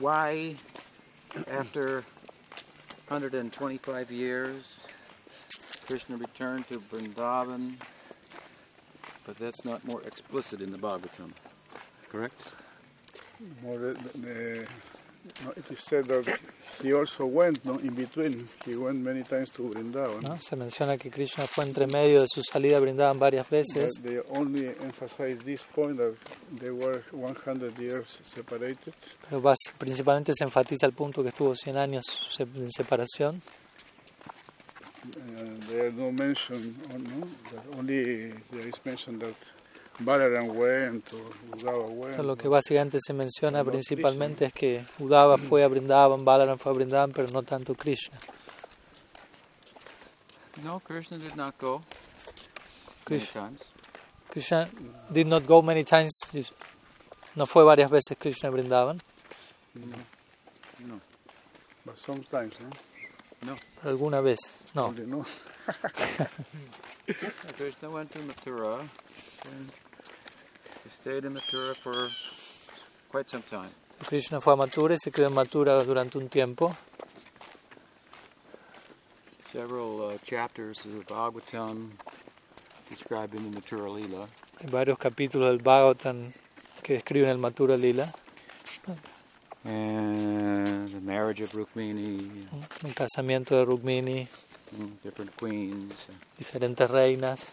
why, after 125 years, Krishna returned to Vrindavan, but that's not more explicit in the Bhagavatam, correct? More the, the, no, it is said that he also went no, in between. He went many times to Vrindavan. ¿no? Se menciona que Krishna fue entre medio de su salida a Brindavan varias veces. But they only emphasize this point that they were 100 years separated. Pero bas- principalmente se enfatiza el punto que estuvo 100 años se- en separación. And there is no mention, oh, no, that only there is mention that Balaram went or Uddhava went. Entonces, lo que básicamente se menciona Pero no principalmente es que Udava fue a Brindavan, Balaram fue a Brindavan, pero no tanto Krishna. No, Krishna did not go many Krishna, times. Krishna did not go many times. No fue varias veces Krishna a Brindavan, No. But sometimes, no? pero alguna vez no. Only, no? Krishna went to Mathura and he stayed in Mathura for quite some time. Krishna fue a Mathura y se quedó en Mathura durante un tiempo. Several uh, chapters of Bhagavatam described in the Mathura Leela. Hay varios capítulos del Bhagavatam que describen el Mathura Lila, And the marriage of Rukmini, el casamiento de Rukmini, and different queens, uh, diferentes reinas,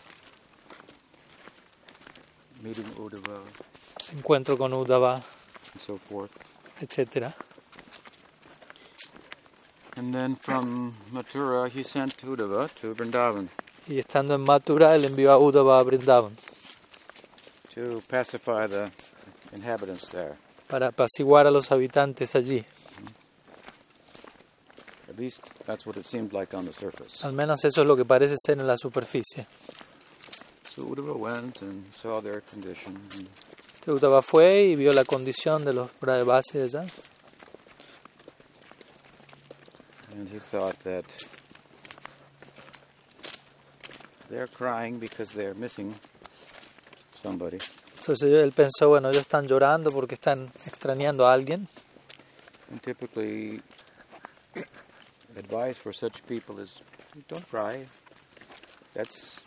meeting Uddhava, su encuentro con Uddhava, and so forth. etcétera. And then from Mathura, he sent Uddhava to Vrindavan Y estando en Mathura, él envió a Uddhava a Brindavan to pacify the inhabitants there. para apaciguar a los habitantes allí. At least that's what it seemed like on the surface. Al menos eso es lo que parece ser en la superficie. So Uddhava went and saw their condition. And Entonces, Uddhava fue y vio la condición de los Brahmasis allá And he thought that they're crying because they're missing somebody. Entonces él pensó, bueno, ellos están llorando porque están extrañando a alguien. And typically, advice for such people is don't cry. That's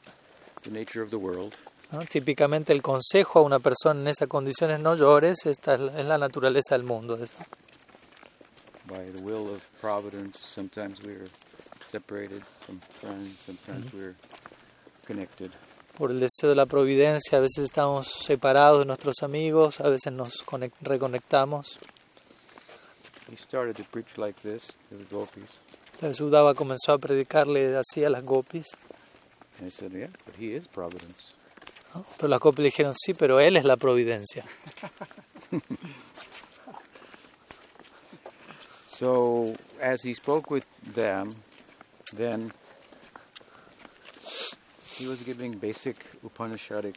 the nature of the world. ¿no? Típicamente el consejo a una persona en esas condiciones, no llores, esta es la- es la naturaleza del mundo. es- By the will of providence, sometimes we're separated from friends, sometimes we're connected. Por el deseo de la providencia, a veces estamos separados de nuestros amigos, a veces nos conec- reconectamos. He started to preach like this to the gopis. Entonces Uddhava comenzó a predicarle así a las gopis. And he said, Yeah, but he is providence. ¿no? Pero las gopis le dijeron, sí, pero él es la providencia. So, as he spoke with them, then he was giving basic Upanishadic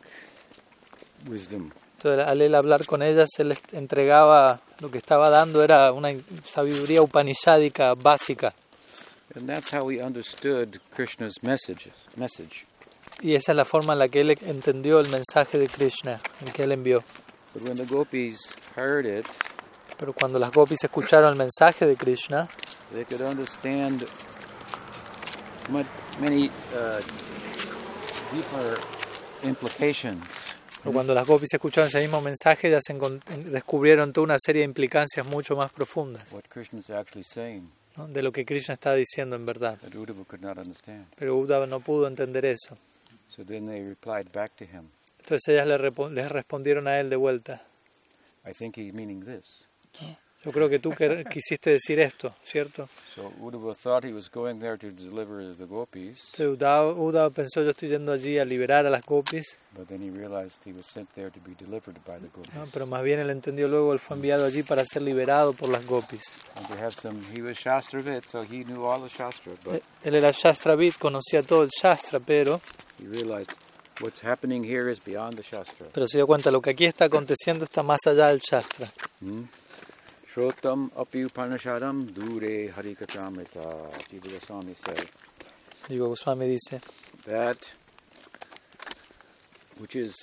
wisdom. Entonces al él hablar con ellas, él les entregaba, lo que estaba dando era una sabiduría upanishádica básica. And that's how he understood Krishna's messages, message. Y esa es la forma en la que él entendió el mensaje de Krishna, el que él envió. But when the gopis heard it, Pero cuando las gopis escucharon el mensaje de Krishna, they could understand much, many uh, deeper implications. o cuando las gopis escucharon ese mismo mensaje, ellas encon- descubrieron toda una serie de implicancias mucho más profundas What Krishna's actually saying ¿no? de lo que Krishna está diciendo en verdad. that Uddhava could not understand. Pero Uddhava no pudo entender eso. So then they replied back to him. Entonces ellas le repo- les respondieron a él de vuelta. I think he's meaning this. Yo creo que tú quer- quisiste decir esto, ¿cierto? So Uddhava thought he was going there to deliver the gopis, Entonces Uddhava, Uddhava pensó, yo estoy yendo allí a liberar a las gopis, but then he realized he was sent there to be delivered by the gopis. ¿no? pero más bien él entendió luego, él fue enviado allí para ser liberado por las gopis. And to have some, he was Shastravit, so he knew all the Shastra, but Eh, Él era Shastravid, conocía todo el Shastra, pero, he realized what's happening here is beyond the Shastra. pero se dio cuenta, lo que aquí está aconteciendo está más allá del Shastra. Hmm? Shrotam api upanishadam dure harikatamrita, Jiva Goswami said. Digo, Goswami dice, That which is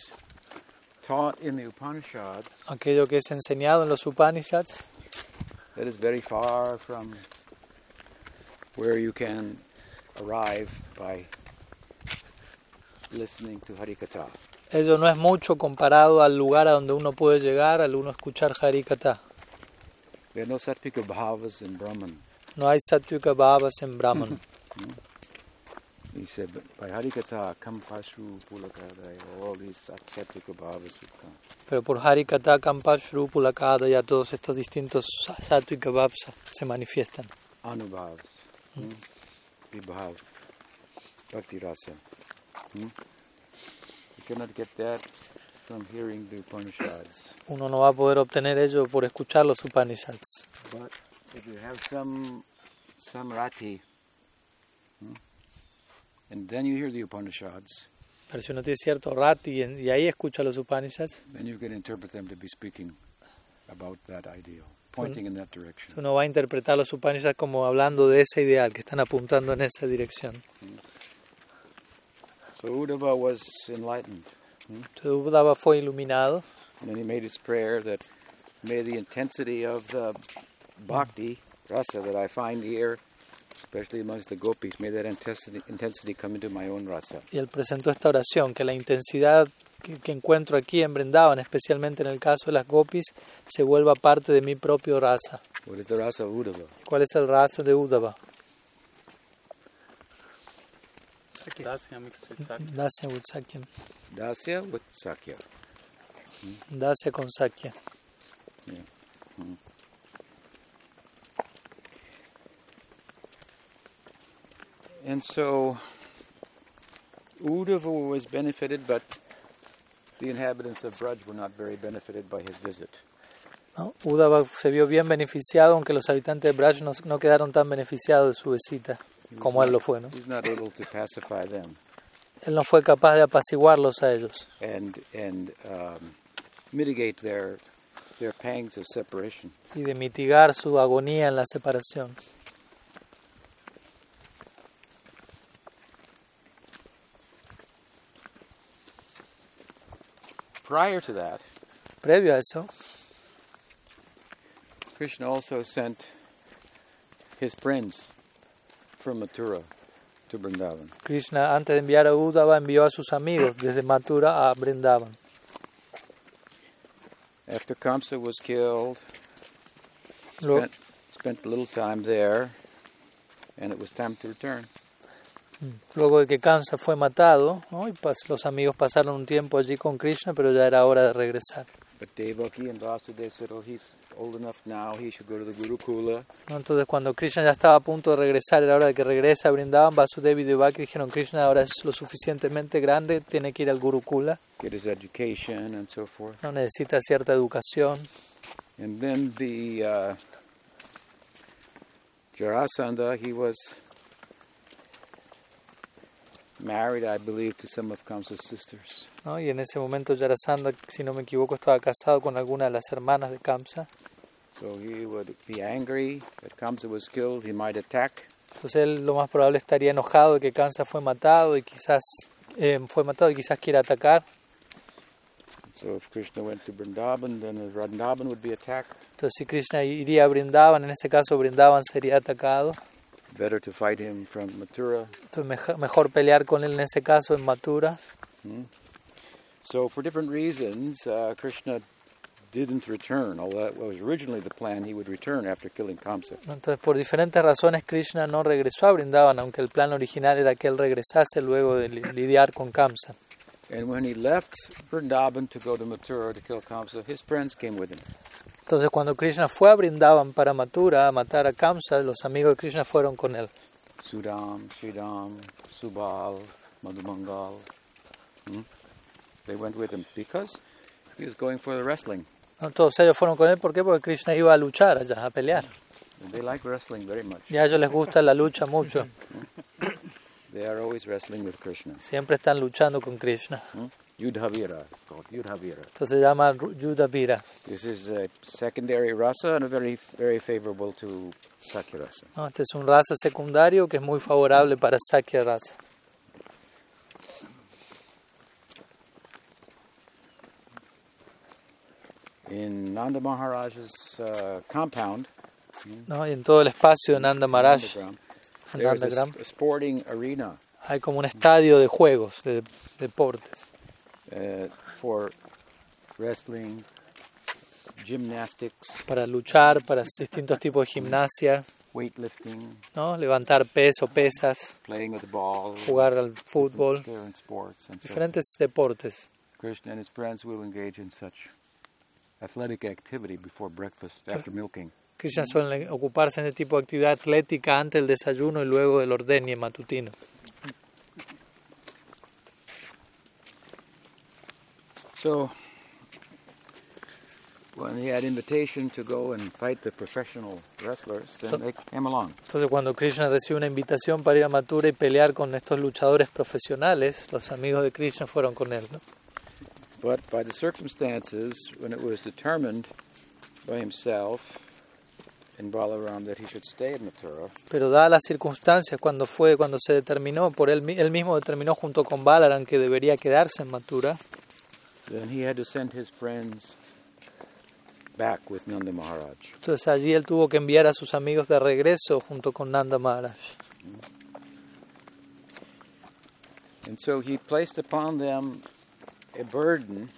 taught in the Upanishads aquello que es enseñado en los Upanishads that is very far from where you can arrive by listening to Harikatha. Ello no es mucho comparado al lugar a donde uno puede llegar al uno escuchar Harikatha. There are no Sattvika Bhavas in Brahman. No hay Satyuka Bhavas en Brahman. He said, but by Harikatha, Kampashu, Pulakadaya, all these Sat- Sattvika Bhavas would come. Pero por Harikatha, Kampashru, Pulakada, ya todos estos distintos sa- Sattvic Bhavas se manifiestan. Anubhavs. hmm? Vibhav. Bhakti Rasa. hmm? You cannot get that from hearing the Upanishads. Uno no va a poder obtener ello por escuchar los Upanishads. But if you have some samrati, hmm, and then you hear the Upanishads, Pero si uno tiene cierto rati y, en- y ahí escucha los Upanishads, then you can interpret them to be speaking about that ideal, pointing in that direction. uno va a interpretar los Upanishads como hablando de ese ideal, que están apuntando en esa dirección. So Uddhava was enlightened, Entonces Uddhava fue iluminado and then he made his prayer that may the intensity of the bhakti rasa that I find here, especially amongst the gopis, may that intensity, intensity come into my own rasa. y él presentó esta oración, que la intensidad que, que encuentro aquí en Brindavan, especialmente en el caso de las gopis, se vuelva parte de mi propio rasa. What is the rasa of Uddhava? ¿Cuál es el rasa de Uddhava? Dasya with Sakya. Dasya with Sakya. Dasya con Sakya. And so Uddhava was benefited, but the inhabitants of Braj were not very benefited by his visit. ¿no? Uddhava se vio bien beneficiado, aunque los habitantes de Braj no, no quedaron tan beneficiados de su visita como él lo fue. ¿no? He's not able to pacify them. Él no fue capaz de apaciguarlos a ellos and and um, mitigate their their pangs of separation. y de mitigar su agonía en la separación. Prior to that, Previo a eso, Krishna also sent his friends from Mathura to Vrindavan. Krishna, antes de enviar a Uddhava, envió a sus amigos desde Mathura ah, a Brindavan. After Kamsa was killed, Lo- spent, spent a little time there, and it was time to return. Luego de que Kamsa fue matado, ¿no? y pas- los amigos pasaron un tiempo allí con Krishna, pero ya era hora de regresar. But Devaki and Vasudeva said, "Oh, he's old enough now. He should go to the Gurukula." ¿no? Entonces, cuando Krishna ya estaba a punto de regresar, era hora de que regrese a Brindavan, Vasudev y Devaki dijeron: Krishna ahora es lo suficientemente grande, tiene que ir al Gurukula, Get his education and so forth. ¿no? necesita cierta educación. And then the uh, Jarasandha, he was married, I believe, to some of Kamsa's sisters. ¿no? Y en ese momento, Yarasandha, si no me equivoco, estaba casado con alguna de las hermanas de Kamsa. So he would be angry that Kamsa was killed, he might attack. Entonces él lo más probable estaría enojado de que Kansa fue matado y quizás eh, fue matado y quizás quiera atacar. So if Krishna went to Vrindavan, then Vrindavan would be attacked. Entonces si Krishna iría a Brindavan, en ese caso Brindavan sería atacado. Better to fight him from Mathura. Entonces meja- mejor pelear con él en ese caso en Mathura. So for different reasons, uh, Krishna didn't return, although it was originally the plan he would return after killing Kamsa. Entonces por diferentes razones Krishna no regresó a Brindavan, aunque el plan original era que él regresase luego de li- lidiar con Kamsa. And when he left Vrindavan to go to Mathura to kill Kamsa, his friends came with him. Entonces cuando Krishna fue a Brindavan para Mathura a matar a Kamsa, los amigos de Krishna fueron con él. Sudam, Sridam, Subal, Madhumangal. Hmm? They went with him because he was going for the wrestling. ¿no? Todos ellos fueron con él, ¿por qué? Porque Krishna iba a luchar allá, a pelear. And they like wrestling very much. Y a ellos les gusta la lucha mucho. They are always wrestling with Krishna. Siempre están luchando con Krishna. Hmm? Yudhavira is called Yudhavira. Entonces se llama Ru- Yudhavira. This is a secondary rasa and a very, very favorable to Sakya rasa. ¿no? Este es un raza secundario que es muy favorable para Sakya raza. In Nanda Maharaj's uh, compound, ¿no? Y en todo el espacio de Nanda Maharaj, Underground. There is a, Anandagram, sp- a sporting arena hay como un estadio de juegos, de deportes, uh, for wrestling, gymnastics, para luchar, para distintos tipos de gimnasia, weightlifting, ¿no? Levantar peso, pesas, playing with the ball, jugar al fútbol, different sports, and so forth. diferentes deportes. Krishna and his friends will engage in such athletic activity before breakfast, after milking. Krishna suele ocuparse en este tipo de actividad atlética antes del desayuno y luego del ordeñe matutino. So, when he had invitation to go and fight the professional wrestlers, then they came along. Entonces cuando Krishna recibe una invitación para ir a Mathura y pelear con estos luchadores profesionales, los amigos de Krishna fueron con él. ¿no? But by the circumstances, when it was determined by himself and Balaram that he should stay in Mathura, Pero dadas las circunstancias, cuando fue, cuando se determinó, por él, mi- él mismo determinó junto con Balaran que debería quedarse en Mathura, then he had to send his friends back with Nanda Maharaj. entonces allí él tuvo que enviar a sus amigos de regreso junto con Nanda Maharaj. And so he placed upon them a burden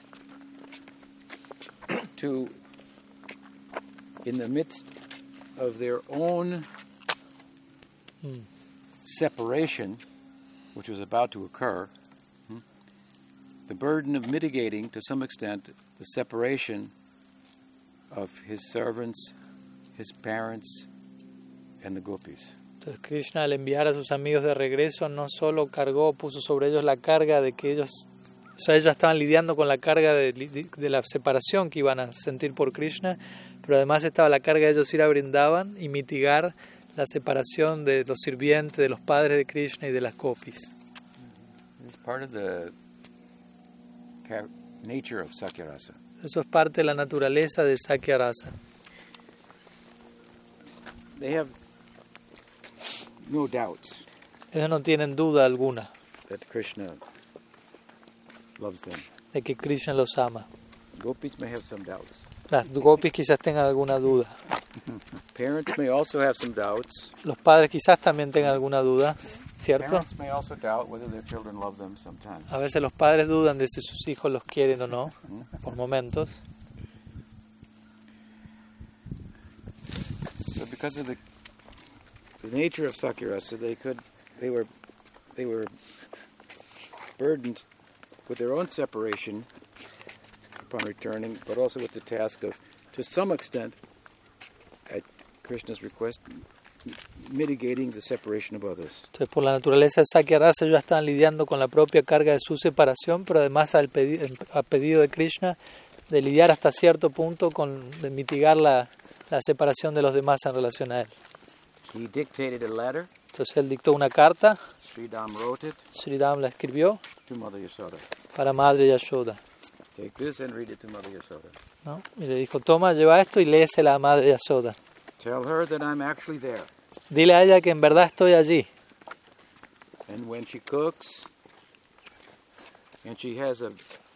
to, in the midst of their own Hmm. separation, which was about to occur, hmm, the burden of mitigating to some extent the separation of his servants, his parents, and the gopis. Entonces Krishna al enviar a sus amigos de regreso no solo cargó, puso sobre ellos la carga de que ellos, o sea, ellos estaban lidiando con la carga de, li- de la separación que iban a sentir por Krishna, pero además estaba la carga de ellos ir a Brindavan y mitigar la separación de los sirvientes, de los padres de Krishna y de las copis. It's part of the char- nature of Sakyarasa. Eso es parte de la naturaleza de Sakya Rasa. They have no doubts Ellos no tienen duda alguna that Krishna loves them. de que Krishna los ama. Gopis may have some doubts. Las gopis quizás tengan alguna duda. Parents may also have some doubts. Los padres quizás también tengan alguna duda, ¿cierto? Parents may also doubt whether their children love them sometimes. A veces los padres dudan de si sus hijos los quieren o no, por momentos. So because of the the nature of Sakyarasa, they could they were they were burdened with their own separation upon returning, but also with the task of to some extent at Krishna's request m- mitigating the separation of others. Entonces, por la naturaleza de Sakya Rasa, ellos estaban lidiando con la propia carga de su separación, pero además al pedi- a pedido de Krishna, de lidiar hasta cierto punto con de mitigar la, la separación de los demás en relación a él. He dictated a letter, Entonces él dictó una carta, Sri Dam wrote it Sri Ram la escribió to Mother Yasoda. para Madre Yashoda. Take this and read it to Mother Yasoda. ¿no? Y le dijo, toma, lleva esto y léesela a Madre Yashoda. Tell her that I'm actually there. Dile a ella que en verdad estoy allí. and when she cooks and she has a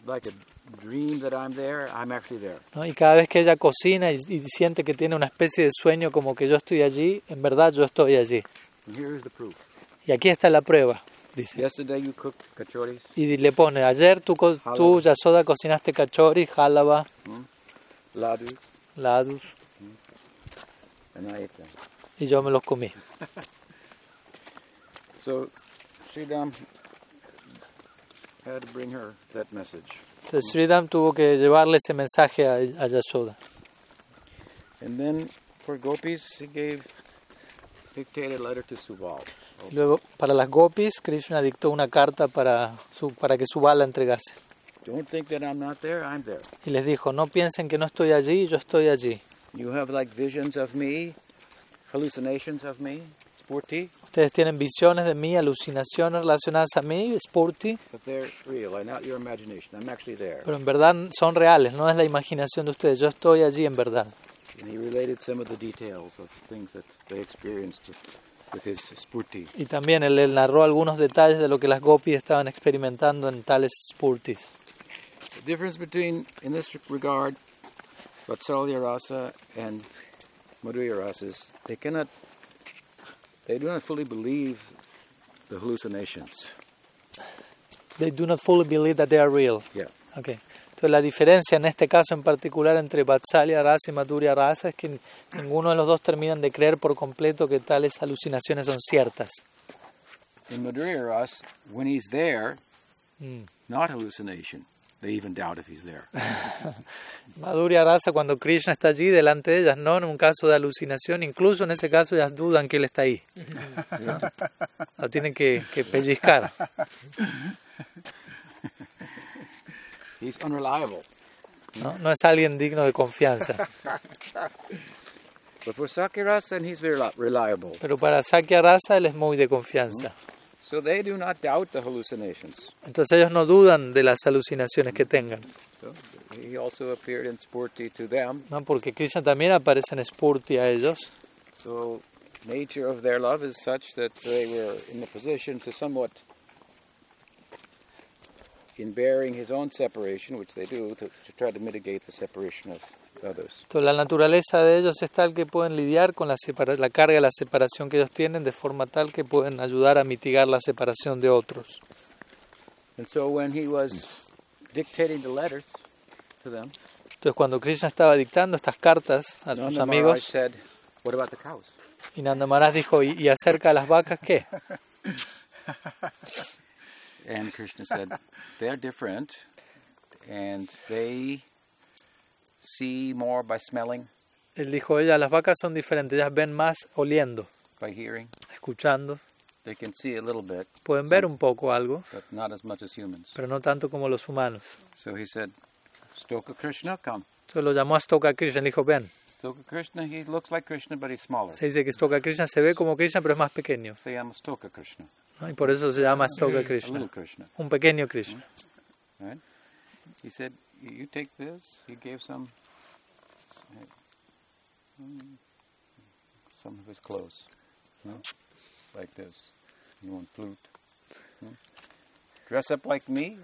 like a dream that I'm there, I'm actually there. ¿no? Y cada vez que ella cocina y, y siente que tiene una especie de sueño como que yo estoy allí, en verdad yo estoy allí. And here is the proof. Y aquí está la prueba, dice. Yesterday you cooked cachoris. Y le pone, ayer tú, co- tú Jalaba. Yasoda, cocinaste cachori, jálaba, Ladus. ladus, And I ate them. y yo me los comí. So Sridham had to bring her that message. Entonces Sridham tuvo que llevarle ese mensaje a, a Yasoda. And then for gopis he gave dictated a letter to Subal. Y luego, para las gopis, Krishna dictó una carta para, su, para que su bala entregase. Don't think that I'm not there, I'm there. Y les dijo, no piensen que no estoy allí, yo estoy allí. You have like visions of me, hallucinations of me, sporty, Ustedes tienen visiones de mí, alucinaciones relacionadas a mí, Spurti, but they're real and not your imagination. I'm actually there. Pero en verdad son reales, no es la imaginación de ustedes. Yo estoy allí en verdad. And he related some of the details of things that they experienced with, with his spurti. Y también él, él narró algunos detalles de lo que las gopis estaban experimentando en tales spurtis. The difference between, in this regard, Vatsalya Rasa and Madhurya Rasa is they cannot, they do not fully believe the hallucinations. They do not fully believe that they are real. Yeah. Okay. Entonces la diferencia en este caso en particular entre Vatsalya Rasa y Madhurya Rasa es que ninguno de los dos terminan de creer por completo que tales alucinaciones son ciertas. In Madhurya Rasa, when he's there, Mm. not hallucination. They even doubt if he's there. Madhurya Rasa cuando Krishna está allí delante de ellas, no en un caso de alucinación, incluso en ese caso ellas dudan que él está ahí. Lo tienen que, que pellizcar. He's unreliable. ¿no? no es alguien digno de confianza. But for Sakiras, then he's very reliable. Pero para Sakya Rasa él es muy de confianza. So they do not doubt the hallucinations. Entonces ellos no dudan de las alucinaciones que tengan. So he also appeared in Spurti to them. ¿no? Porque Krishna también aparece en Spurti a ellos. So nature of their love is such that they were in the position to somewhat, in bearing his own separation, which they do, to, to try to mitigate the separation of others. Entonces, la naturaleza de ellos es tal que pueden lidiar con la, separa- la carga de la separación que ellos tienen de forma tal que pueden ayudar a mitigar la separación de otros. And so when he was dictating the letters to them, Entonces cuando Krishna estaba dictando estas cartas a sus Nanda Maharaj amigos, said, "What about the cows?" y Nanda Maharaj dijo, ¿y, y acerca de las vacas qué? And Krishna said, they're different and they see more by smelling, Él dijo, ellas, las vacas son diferentes, ellas ven más oliendo, by hearing. escuchando, They can see a little bit, pueden ver un poco algo, but not as much as humans. pero no tanto como los humanos. So he said, Stoka Krishna, come. Entonces lo llamó a Stoka Krishna, le dijo, ven. Stoka Krishna, he looks like Krishna, but he's smaller. Se dice que Stoka Krishna se ve como Krishna, pero es más pequeño, Say, I'm a Stoka Krishna, ¿no? y por eso se llama Stoka a little Krishna, Krishna. un pequeño Krishna. He said, "You- You take this. He gave some, some of his clothes, you know, like this, and one flute. you know. Dress up like me,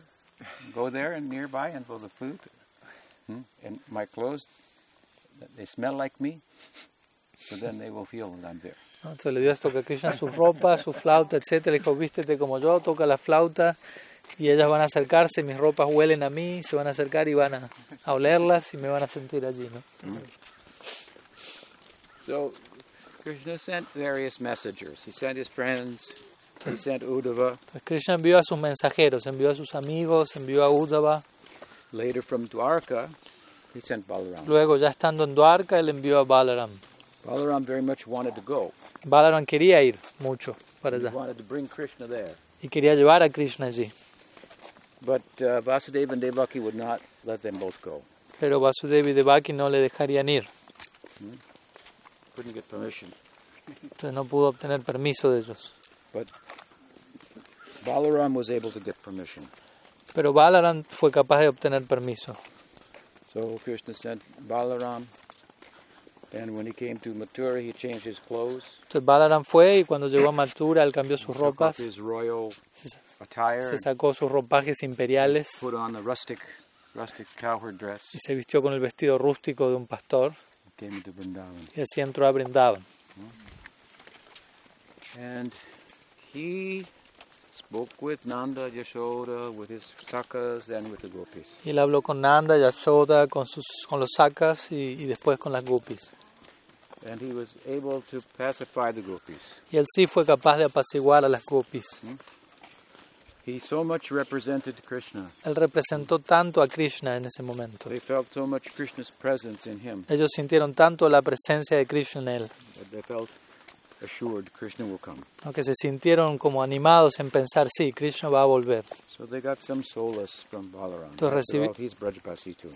go there and nearby and blow the flute. hmm, And my clothes, th- they smell like me, so then they will feel that I'm there. ¿no? Entonces le dio a Stoka Krishna su ropa, su flauta, etcétera. Le dijo, vístete como yo, toca la flauta y ellas van a acercarse, mis ropas huelen a mí, se van a acercar y van a, a olerlas y me van a sentir allí, ¿no? So Krishna sent various messengers. He sent his friends. He sent Uddhava. Entonces Krishna envió a sus mensajeros, envió a sus amigos, envió a Uddhava. Later from Dwarka, he sent Balaram. Luego, ya estando en Dwarka, él envió a Balaram. Balaram very much wanted to go. Balaram quería ir mucho para He allá wanted to bring Krishna there. y quería llevar a Krishna allí. But uh, Vasudeva and Devaki would not let them both go. Pero Vasudevi y Devaki no le dejarían ir. Couldn't get permission. Entonces no pudo obtener permiso de ellos. But Balaram was able to get permission. Pero Balaram fue capaz de obtener permiso. So Krishna sent Balaram. And when he came to Mathura, he changed his clothes, Entonces Balaram fue y cuando llegó a Mathura él cambió sus took off ropas, his royal se, attire, se and sacó sus ropajes imperiales put on the rustic, rustic cowherd dress, y se vistió con el vestido rústico de un pastor came into Vrindavan. y así entró a Brindavan. And he spoke with Nanda, Yashoda, with his sakas, and with the gopis. Y él habló con Nanda, Yashoda, con, sus, con los sacas y, y después con las gupis. And he was able to pacify the gopis. Y él sí fue capaz de apaciguar a las gupis. He so much represented Krishna. Él representó tanto a Krishna en ese momento. They felt so much Krishna's presence in him Ellos sintieron tanto la presencia de Krishna en él, that they felt assured Krishna will come. ¿no? que se sintieron como animados en pensar, sí, Krishna va a volver. So they got some solace from Balaram. Entonces After recibi- all, he's Brajapasi too.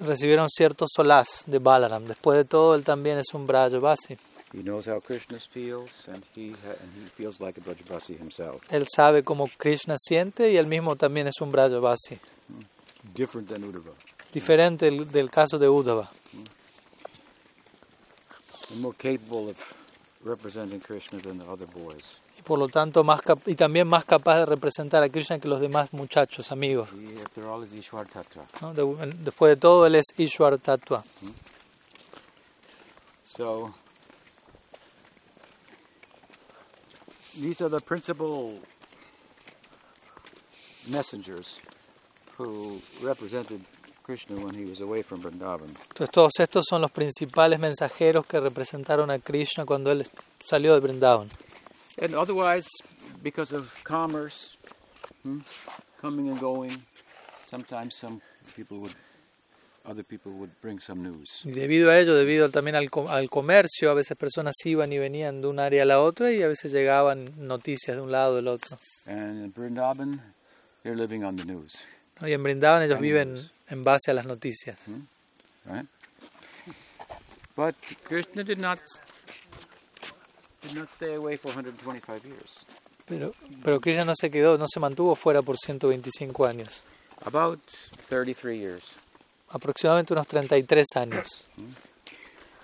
recibieron cierto solaz de Balaram. Después de todo, él también es un Brajabasi. He knows how Krishna feels, and he ha- and he feels like a Brajapasi himself, Él sabe cómo Krishna siente y él mismo también es un Brajabasi. different than Uddhava. Diferente del, del caso de Uddhava. and more capable of representing Krishna than the other boys. Y por lo tanto, más cap- y también más capaz de representar a Krishna que los demás muchachos, amigos. He, after all, is Ishwar Tattva. ¿no? De- en- después de todo, él es Ishwar Tattva. So these are the principal messengers who represented Krishna when he was away from Vrindavan. Entonces todos estos son los principales mensajeros que representaron a Krishna cuando él salió de Vrindavan. And otherwise, because of commerce, hmm, coming and going, sometimes some people would, other people would bring some news. Y debido a ello, debido al- también al, co- al comercio, a veces personas iban y venían de un área a la otra y a veces llegaban noticias de un lado o del otro. And in Vrindavan, they're living on the news, ¿no? Y en Brindavan ellos viven en base a las noticias. right? But Krishna did not did not stay away for 125 years. Pero, pero Krishna no se quedó, no se mantuvo fuera por 125 años, About 33 years. aproximadamente unos 33 años.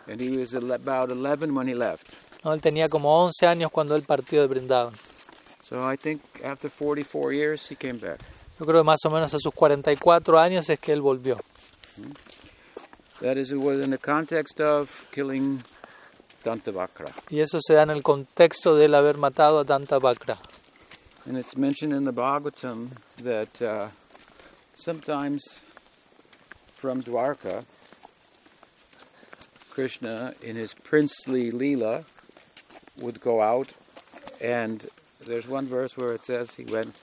And he was ele- about 11 when he left. ¿no? Él tenía como 11 años cuando él partió de Brindavan. So I think after 44 years, he came back. Yo creo que más o menos a sus 44 años es que él volvió. That is, it was in the context of killing Dantavakra. Y eso se da en el contexto de él haber matado a Danta Bakra. And it's mentioned in the Bhagavatam that uh, sometimes from Dwarka, Krishna, in his princely Leela, would go out. And there's one verse where it says he went,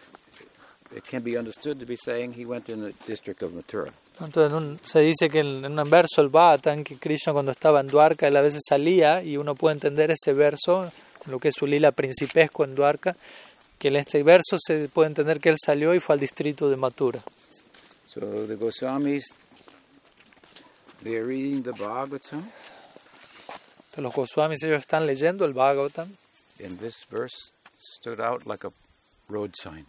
it can be understood to be saying he went in the district of Mathura. Entonces en un- se dice que en, en un verso el Bhattan, que Krishna cuando estaba en Dwarka, él a veces salía y uno puede entender ese verso, lo que es su lila principesco en Dwarka, que en este verso se puede entender que él salió y fue al distrito de Mathura. So the Goswamis, they're reading the Bhagavatam, Entonces los Goswamis ellos están leyendo el Bhagavatam and this verse stood out like a road sign.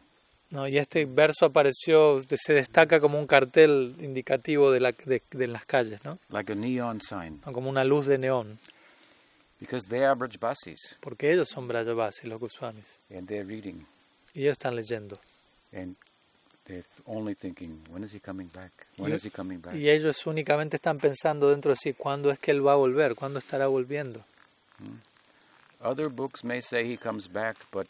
¿no? y este verso apareció, se destaca como un cartel indicativo de, la, de, de las calles, ¿no? like a neon sign O como una luz de neón, because they are Brajbasis porque ellos son Brajavasis, los Goswamis, and they're reading y ellos están leyendo. and they're only thinking, when is he coming back? When Yeah. is he coming back? Y ellos únicamente están pensando dentro de sí, ¿cuándo es que él va a volver? ¿Cuándo estará volviendo? Other books may say he comes back, but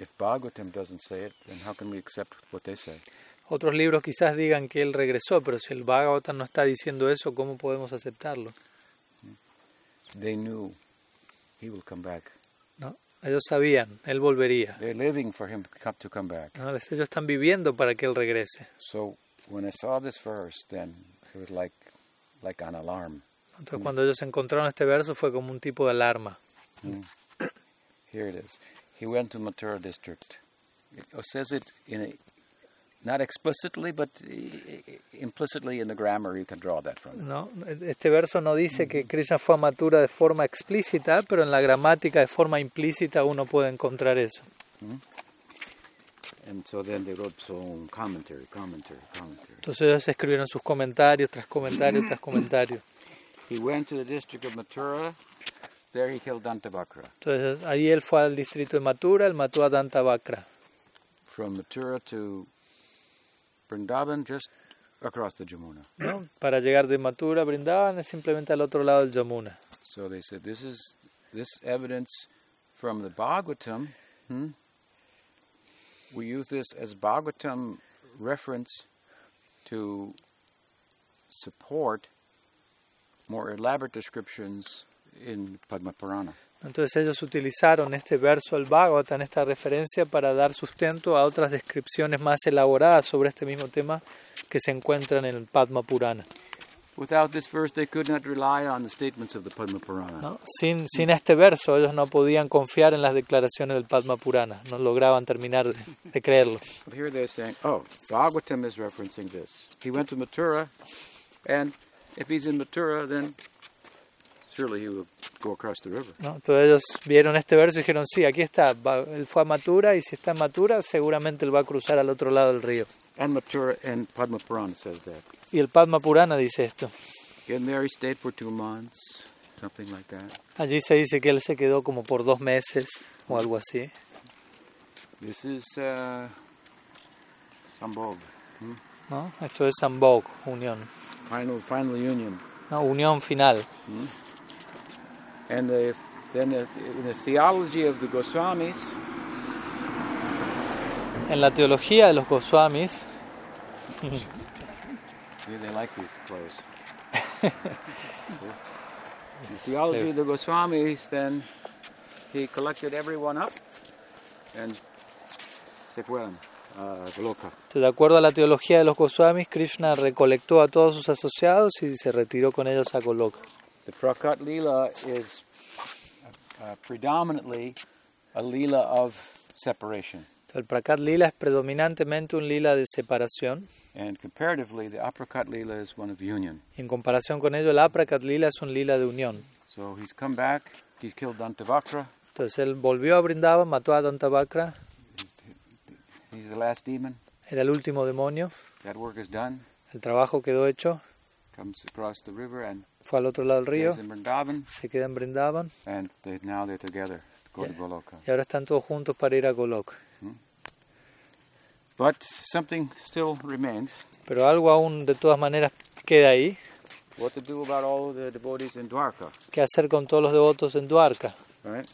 if Bhagavatam doesn't say it, then how can we accept what they say? Otros libros quizás digan que él regresó, pero si el Bhagavatam no está diciendo eso, ¿cómo podemos aceptarlo? They knew he will come back. ¿No? Ellos sabían, él volvería. They're living for him to come- to come back. ¿no? Ellos están viviendo para que él regrese. So when I saw this verse, then it was like like an alarm. Entonces cuando ellos encontraron este verso fue como un tipo de alarma. Here it is. He went to Mathura district. It says it in a, not explicitly, but i- i- implicitly in the grammar. You can draw that from. it. ¿no? Este verso no dice que Krishna fue a Mathura de forma explícita, pero en la gramática de forma implícita uno puede encontrar eso. And so then they wrote some commentary, commentary, commentary. Entonces ellos escribieron sus comentarios tras comentario tras comentario. He went to the district of Mathura. There he killed Dantabakra. Entonces ahí él fue al distrito de Mathura, él mató a Danta Bakra. From Mathura to Vrindavan, just across the Jamuna. ¿no? Para llegar de Mathura, brindaban simplemente al otro lado del Yamuna. So they said, this is this evidence from the Bhagavatam. Hmm? We use this as Bhagavatam reference to support more elaborate descriptions in Padma Purana. Entonces ellos utilizaron este verso al Bhagavatam, esta referencia, para dar sustento a otras descripciones más elaboradas sobre este mismo tema que se encuentran en el Padma Purana. Without this verse, they could not rely on the statements of the Padma Purana. ¿no? Sin, sin este verso ellos no podían confiar en las declaraciones del Padma Purana, no lograban terminar de, de creerlo. But here they're saying, oh, Bhagavatam is referencing this. He went to Mathura, and if he's in Mathura, then surely he will go across the river. ¿no? Entonces ellos vieron este verso y dijeron, sí, aquí está, va- él fue a Mathura y si está en Mathura seguramente él va a cruzar al otro lado del río. And Mathura and Padma Purana says that. Y el Padma Purana dice esto. And there he stayed for two months, something like that. Allí se dice que él se quedó como por dos meses o algo así. This is uh, Sambhog, ¿no? Esto es Sambhog, unión, final, final union. ¿no? unión final. And the Then uh, in the theology of the Goswamis, En la teología de los Goswamis, See, they like these clothes. the theology of the Goswamis, then he collected everyone up and uh, se fueron a Goloka. de acuerdo a la teología de los Goswamis, Krishna recolectó a todos sus asociados y se retiró con ellos a Goloka. The Prakat Leela is uh, predominantly a Leela of separation. El Prakat Lila es predominantemente un lila de separación. And comparatively, the Aprakat Leela is one of union. En comparación con ello, el Aprakat Lila es un lila de unión. So he's come back, he's killed Dantavakra, Entonces él volvió a Brindavan, mató a Dantavakra, he's the last demon, era el último demonio, that work is done, el trabajo quedó hecho, comes across the river and fue al otro lado del río, stays in Vrindavan. se queda en Brindavan And they, now they're together, go to Yeah. Goloka. y ahora están todos juntos para ir a Golok. But something still remains. Pero algo aún de todas maneras queda ahí, What to do about all the devotees in Dwarka, qué hacer con todos los devotos en Duarca. right?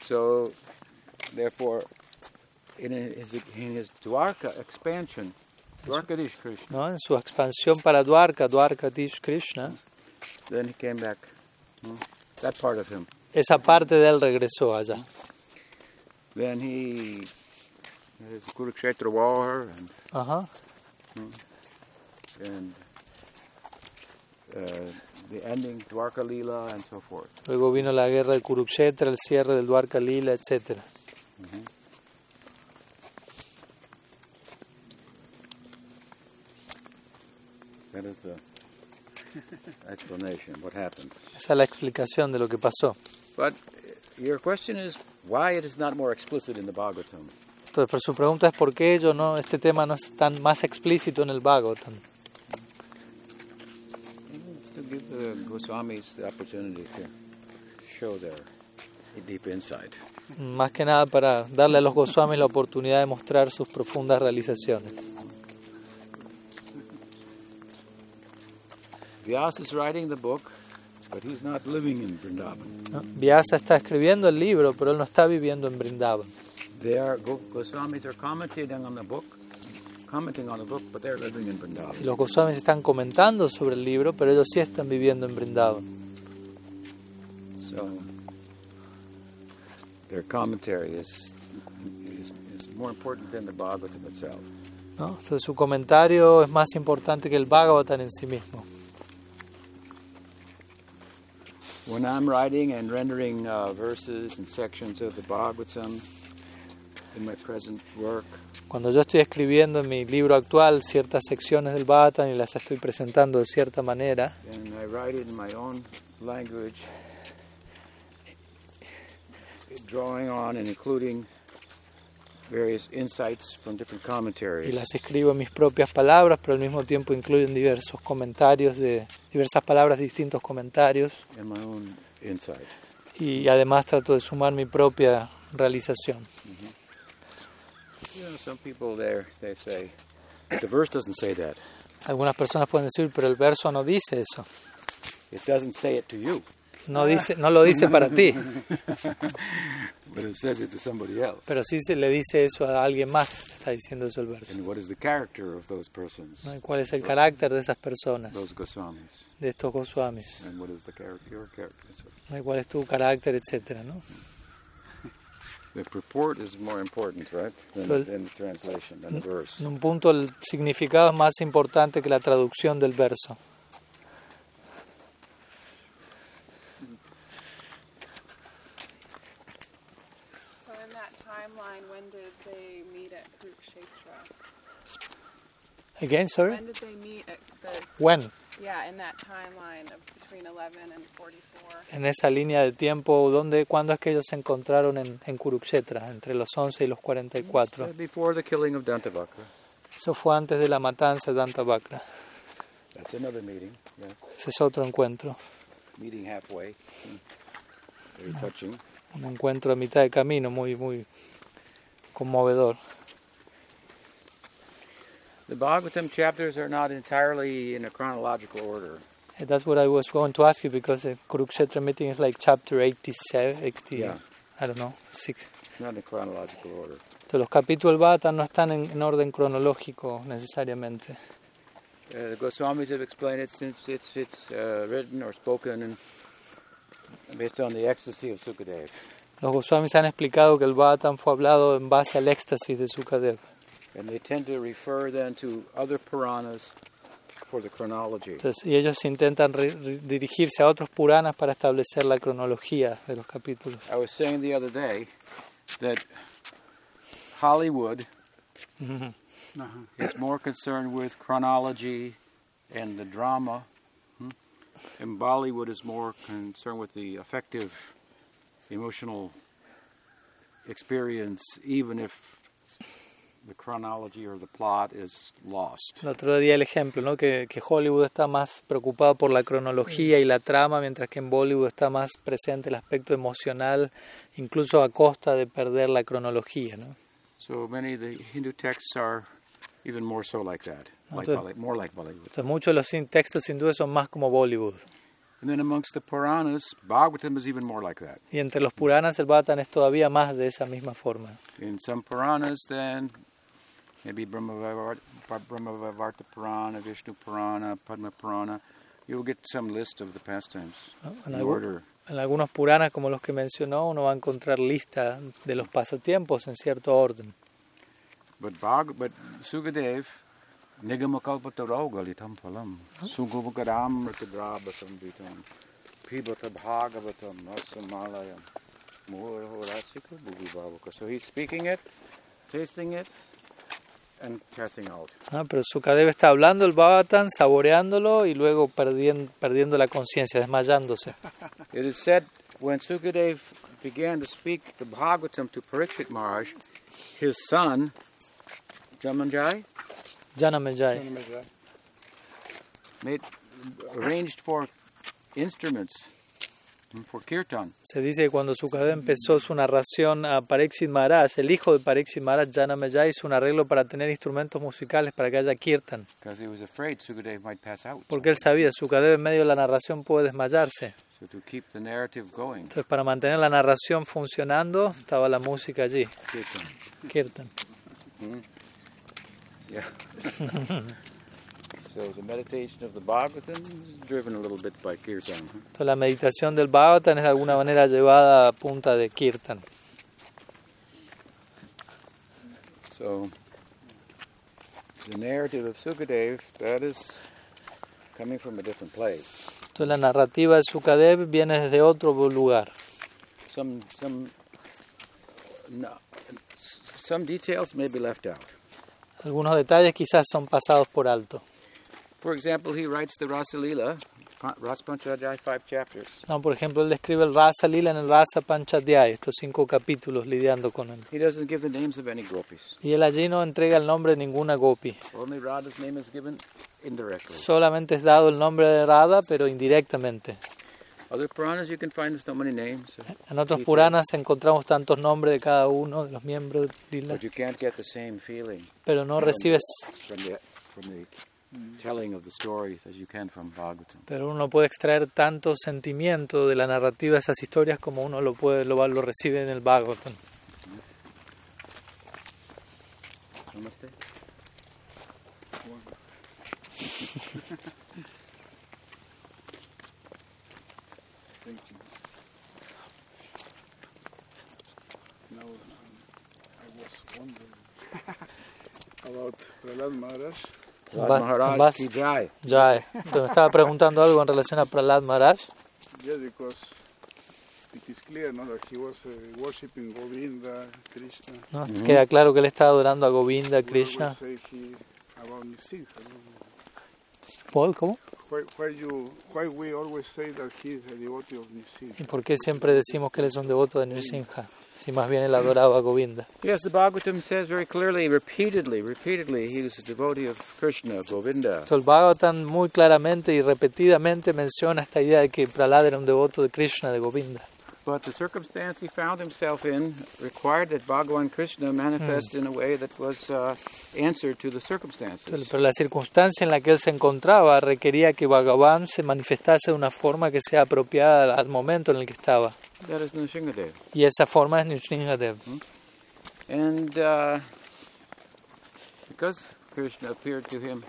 So, therefore, in his, in his Dwarka expansion, Dwarkadish Krishna, ¿no? En su expansión para Dwarka, Dwarka Dish Krishna, then he came back. hmm? That part of him. esa parte de él regresó allá. Then he, his Kurukshetra war and Ajá. and uh, the ending Dwarka Leela and so forth. Luego vino la guerra de Kurukshetra, el cierre del Dwarka Lila, etc. That is the explanation. What happened? Esa es la explicación de lo que pasó. But uh, your question is why it is not more explicit in the Bhagavatam. Entonces, pero su pregunta es por qué ello no, este tema no es tan más explícito en el Bhagavatam. It's to give the Goswamis the opportunity to show their deep insight. Más que nada para darle a los Goswamis la oportunidad de mostrar sus profundas realizaciones. Vyasa is writing the book, but he's not living in Vrindavan. ¿no? Vyasa está escribiendo el libro, pero él no está viviendo en Brindavan. They are Go- Goswamis are commentating on the book, commenting on the book, but they're living in Vrindavan. Y los Goswamis están comentando sobre el libro, pero ellos sí están viviendo en Brindavan. So their commentary is, is, is more important than the Bhagavatam itself. ¿no? Entonces, su comentario es más importante que el Bhagavatam en sí mismo. When I'm writing and rendering uh, verses and sections of the Bhagavatam in my present work, Cuando yo estoy escribiendo en mi libro actual ciertas secciones del Bhagavatam y las estoy presentando de cierta manera, and I write it in my own language, drawing on and including various insights from different y commentaries. las escribo en mis propias palabras, pero al mismo tiempo incluyen diversos comentarios de diversas palabras, distintos comentarios, and my own insight. y además trato de sumar mi propia realización. You know, some people there they say the verse doesn't say that. Algunas personas pueden decir, pero el verso no dice eso, It doesn't say it to you, no dice, no lo dice para ti, but it says it to somebody else. pero sí se le dice eso a alguien más, está diciendo eso el verso. And what is the character of those persons, ¿no? ¿Y ¿Cuál es el carácter de esas personas, those Goswamis, de estos Goswamis? and what is the character, your character? So ¿no? ¿Y ¿Cuál es tu carácter, etcétera? ¿no? the purport is more important, right, than, Well- than the translation, than the verse. En un punto el significado es más importante que la traducción del verso. So in that timeline, when did they meet at Kurukshetra? Again, sorry. When did they meet at the When. yeah in that timeline of between 11 and 44? en esa línea de tiempo, ¿dónde, ¿cuándo es que ellos se encontraron en, en Kurukshetra? Entre los 11 y los 44. Before the killing of Dantavakra. Eso fue antes de la matanza de Dantavakra. That's another meeting. Yeah. Ese es otro encuentro, Meeting halfway. Hmm. Very touching. un encuentro a mitad de camino, muy, muy conmovedor. The Bhagavatam chapters are not entirely in a chronological order. And that's what I was going to ask you because the Kurukshetra meeting is like chapter 87, 80, Yeah. I don't know, 6. It's not in chronological order. Entonces, los capítulos del Bhata no están en, en orden cronológico necesariamente. Uh, the Goswamis have explained it since it's it's uh, written or spoken and based on the ecstasy of Sukadeva. Los Goswamis han explicado que el Bhattan fue hablado en base al éxtasis de Sukadeva. And they tend to refer then to other Puranas for the chronology. Entonces, y ellos intentan re- re- dirigirse a otros Puranas para establecer la cronología de los capítulos. I was saying the other day that Hollywood uh-huh, is more concerned with chronology and the drama, hmm, and Bollywood is more concerned with the affective, emotional experience, even if the chronology or the plot is lost. El otro día el ejemplo, ¿no? que, que Hollywood está más preocupado por la cronología y la trama, mientras que en Bollywood está más presente el aspecto emocional, incluso a costa de perder la cronología. ¿no? So many of the Hindu texts are even more so like that, like Understood. Bolly- more like Bollywood. Entonces muchos de los sin- textos hindúes son más como Bollywood. And then amongst the Puranas, Bhagavatam is even more like that. Y entre los Puranas el Bhattan es todavía más de esa misma forma. In some Puranas, then, maybe Brahmavarta Brahmavarta Purana, Vishnu Purana, Padma Purana, you'll get some list of the pastimes ¿no? En, in algu- order. en algunos Puranas, como los que mencionó, uno va a encontrar lista de los pasatiempos en cierto orden. But Bhag, but Sugadev, Nigamakalpataroga litam phalam, Sugubhakaram ratadrabasam vitam, Pibata Bhagavatam rasamalayam, Murahorasika bhubhivavaka. So he's speaking it, tasting it, and casting out. Ah, pero Sukadeva está hablando el Bhavatan, saboreándolo y luego perdien- perdiendo la conciencia, desmayándose. It is said when Sukadev began to speak the Bhagavatam to Parikshit Maharaj, his son, Jamanjai, Janamejai. made, arranged for instruments mm, for kirtan. Se dice que cuando Sukadeva empezó su narración a Pariksit Maharaj, el hijo de Pariksit Maharaj, Janamejai, hizo un arreglo para tener instrumentos musicales para que haya kirtan. Because he was afraid Sukadev might pass out. Porque él sabía, Sukadeva en medio de la narración puede desmayarse. So to keep the narrative going, Entonces, para mantener la narración funcionando, estaba la música allí, kirtan. kirtan. Yeah. so the meditation of the Bhagavatam is driven a little bit by kirtan. Entonces, la meditación del Bhavatan es de alguna manera llevada a punta de kirtan. So, the narrative of Sukadev, that is coming from a different place. Entonces la narrativa de Sukadev viene desde otro lugar. Some, some, no, s- some details may be left out. Algunos detalles quizás son pasados por alto. For example, he writes the Rasalila, Pa- Ras Panchadhyay, five chapters. No, Ah, por ejemplo, él describe el Rasa Lila en el Rasa Panchadhyay, estos cinco capítulos lidiando con él. He doesn't give the names of any gopis. Y él allí no entrega el nombre de ninguna gopi. Only Radha's name is given indirectly. Solamente es dado el nombre de Radha, pero indirectamente. Other Puranas, you can find so many names, En otros Puranas encontramos tantos nombres de cada uno de los miembros de Lila, but you can't get the same feeling pero no recibes, from the, from the telling of the story as you can from Bhagavatam. pero uno no puede extraer tanto sentimiento de la narrativa de esas historias como uno lo puede, lo, va- lo recibe en el Bhagavatam. Namaste. Now, um, I was wondering about Prahlad Maharaj. Vas- vas- Jai. Ya, eh. Entonces, me estaba preguntando algo en relación a Prahlad Maharaj. Yeah, because it is clear no, that he was uh, worshipping Govinda, Krishna. ¿no? Queda claro que él estaba adorando a Govinda, Krishna. We always say he, about Nisidha. No? Paul, ¿cómo? Why, why, you, why we always say that he is a devotee of Nisidha? ¿Y por qué siempre decimos que él es un devoto de Nirsimha? Si más bien él adoraba a Govinda. Yes, the Bhagavatam says very clearly, repeatedly, repeatedly, he was a devotee of Krishna, Govinda. Entonces, el Bhagavatam muy claramente y repetidamente menciona esta idea de que Prahlad era un devoto de Krishna, de Govinda. But the circumstance he found himself in required that Bhagavan Krishna manifest in a way that was uh, answer to the Entonces, circumstances. Pero la circunstancia en la que él se encontraba requería que Bhagavan se manifestase de una forma que sea apropiada al momento en el que estaba. That is Nrsingadev. Y esa forma es Nisringadev. And uh, because Krishna appeared to him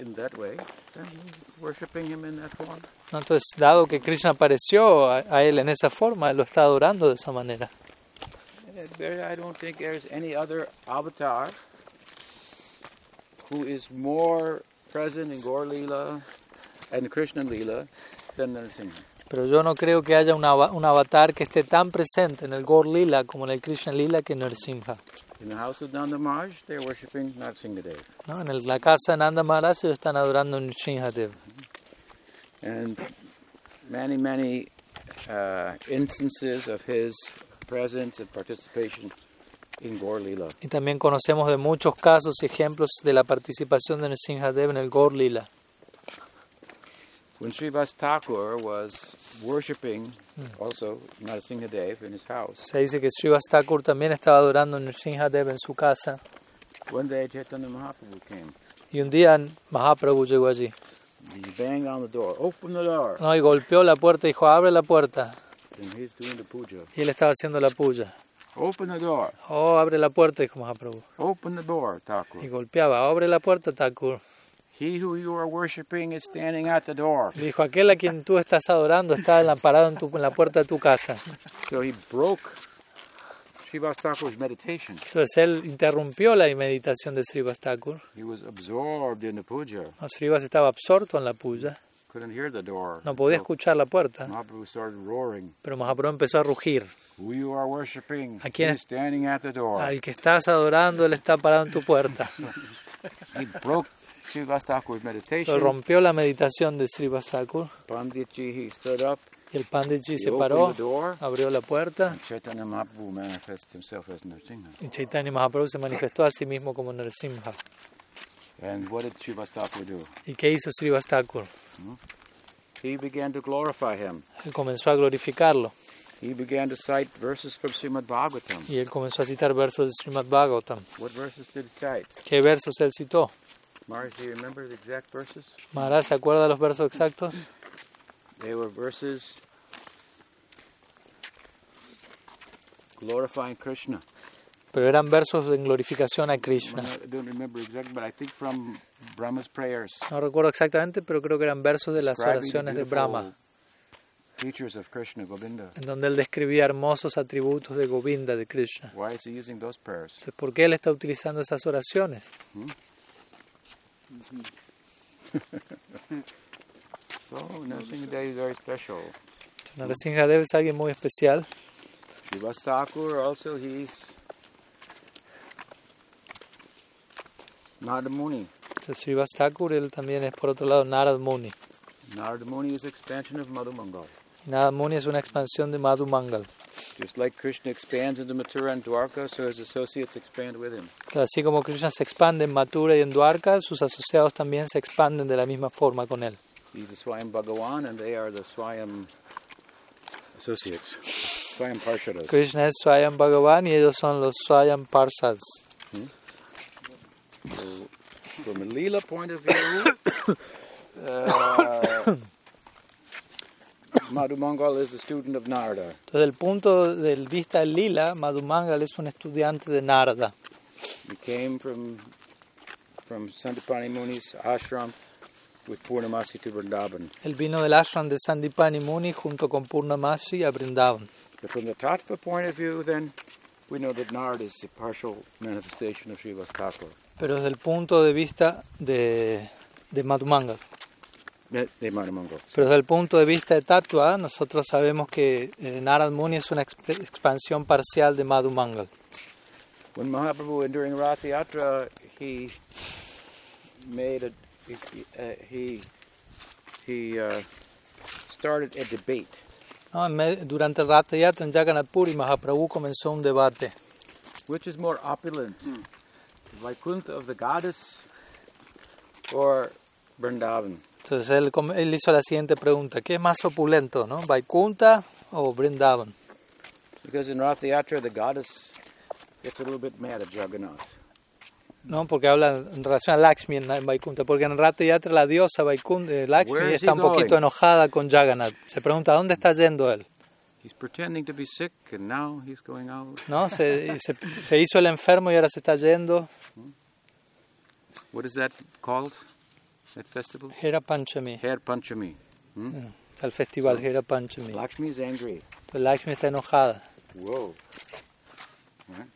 in that way, then he's worshipping him in that form. ¿no? Entonces, dado que Krishna apareció a, a él en esa forma, él lo está adorando de esa manera. And that there, I don't think there's any other avatar who is more present in Gaur Leela and Krishna Leela than Nrsimha. Pero yo no creo que haya un, ava- un avatar que esté tan presente en el Gaur Lila como en el Krishna Lila que en Nrsimha. In the house of Nanda Maharaj, they're worshipping Nrsingadev. ¿no? En el- la casa de Nanda Maharaj ellos están adorando a Nrsimhadev. And many, many uh, instances of his presence and participation in Gaur Leela. Y también conocemos de muchos casos y ejemplos de la participación de Nrsimhadev en el Gaur Lila. When Srivas Thakur was worshipping also Nrsingadev in his house, Se dice que Srivas Thakur también estaba adorando a Nrsimhadev en su casa. one day Chaitanya Mahaprabhu came. Y un día Mahaprabhu llegó allí. He banged on the door, open the door. ¿no? Y golpeó la puerta y dijo, abre la puerta. And he's doing the puja. Y él estaba haciendo la puya. Open the door, Oh, abre la puerta, dijo Mahaprabhu. open the door, Y Thakur. golpeaba, abre la puerta, Thakur. He who you are worshipping is standing at the door. Le dijo, aquel a quien tú estás adorando está en la- parado en, tu- en la puerta de tu casa. So he broke Srivas Thakur's meditation. Entonces él interrumpió la meditación de Srivas Thakur. He was absorbed in the puja. No, Srivas estaba absorto en la puya. Couldn't hear the door. No podía So escuchar la puerta. Mahaprabhu started roaring. Pero Mahaprabhu empezó a rugir. Who you are worshipping ¿A quién is standing at the door. Al que estás adorando, él está parado en tu puerta. He broke Srivas Thakur's Entonces meditation. rompió la meditación de Srivas Thakur. Panditji, he stood up. Y el Panditji He se opened paró, the door. abrió la puerta. Chaitanya Mahaprabhu manifests himself as Nrsimha. Y Chaitanya Mahaprabhu se manifestó a sí mismo como Narasimha. And what did Srivas Thakur do? ¿Y qué hizo Srivas Thakur? He began to glorify him. Él comenzó a glorificarlo. He began to cite verses from Srimad Bhagavatam. Y él comenzó a citar versos de Srimad Bhagavatam. What verses did he cite? ¿Qué versos él citó? Maharaj, do you remember the exact verses? Maharaj, ¿se acuerda de los versos exactos? They were verses glorifying Krishna. Pero eran versos en glorificación a Krishna. I don't remember exactly, but I think from Brahma's prayers. No recuerdo exactamente, pero creo que eran versos de las describing the oraciones de beautiful Brahma, Features of Krishna, Govinda. en donde él describía hermosos atributos de Govinda, de Krishna. Why is he using those prayers? Entonces, ¿por qué él está utilizando esas oraciones? So, nothing today is very special. Narasimhadev es alguien muy especial. Srivas Thakur also, he's Narada Muni. Entonces, Srivas Thakur, él también es, por otro lado, Narad Muni. Narada Muni is expansion of Madhu Mangal. Nada Muni es una expansión de Madhu Mangal. Just like Krishna expands into Mathura and Dwarka, so his associates expand with him. Así como Krishna se expande en Mathura y en Dwarka, sus asociados también se expanden de la misma forma con él. He's the Swayam Bhagavan, and they are the Swayam associates, Swayam Parshadas. Krishna es Swayam Bhagavan y ellos son los Swayam Parsads. So, from a Leela point of view, uh, Madhu Mangal is the student of Narada. Entonces, el punto del vista del lila, Madhu Mangal es un estudiante de Narada. He came from from Sandipani Muni's ashram with Purnamasi to Vrindavan. Él vino del ashram de Sandipani Muni junto con Purnamasi a Brindavan. But from the tattva point of view, then, we know that Narada is a partial manifestation of Shiva's tattva. Pero desde el punto de vista de, de Madhu Mangal. That they might among us. Pero desde el punto de vista de Tatua, nosotros sabemos que eh, Narad Muni es una exp- expansión parcial de Madhu Mangal. When Mahaprabhu, during Rath Yatra, he made a, he, uh, he, he uh, started a debate. No, en me- Durante el Ratha Yatra en Jagannath Puri, Mahaprabhu comenzó un debate. Which is more opulent, Vaikuntha of the goddess or Vrindavan? Entonces él, com- él hizo la siguiente pregunta, ¿qué es más opulento, no? ¿Vaikunta Oh, Vrindavan. Because in Rath Yatra, the goddess gets a little bit mad at Jagannath. No, porque habla en relación a Lakshmi en, en Vaikunta, porque en Ratha Yatra la diosa Vaikunta, eh, Lakshmi Where is está he un poquito going? enojada con Jagannath. Se pregunta, ¿a dónde está yendo él? He's pretending to be sick, and now he's going out. ¿No? Se, se, se hizo el enfermo y ahora se está yendo. What is that called? That festival? Hera Panchami, Hair Panchami. al festival Hera Panchami. Lakshmi is angry. Entonces Lakshmi está enojada. Whoa. Right?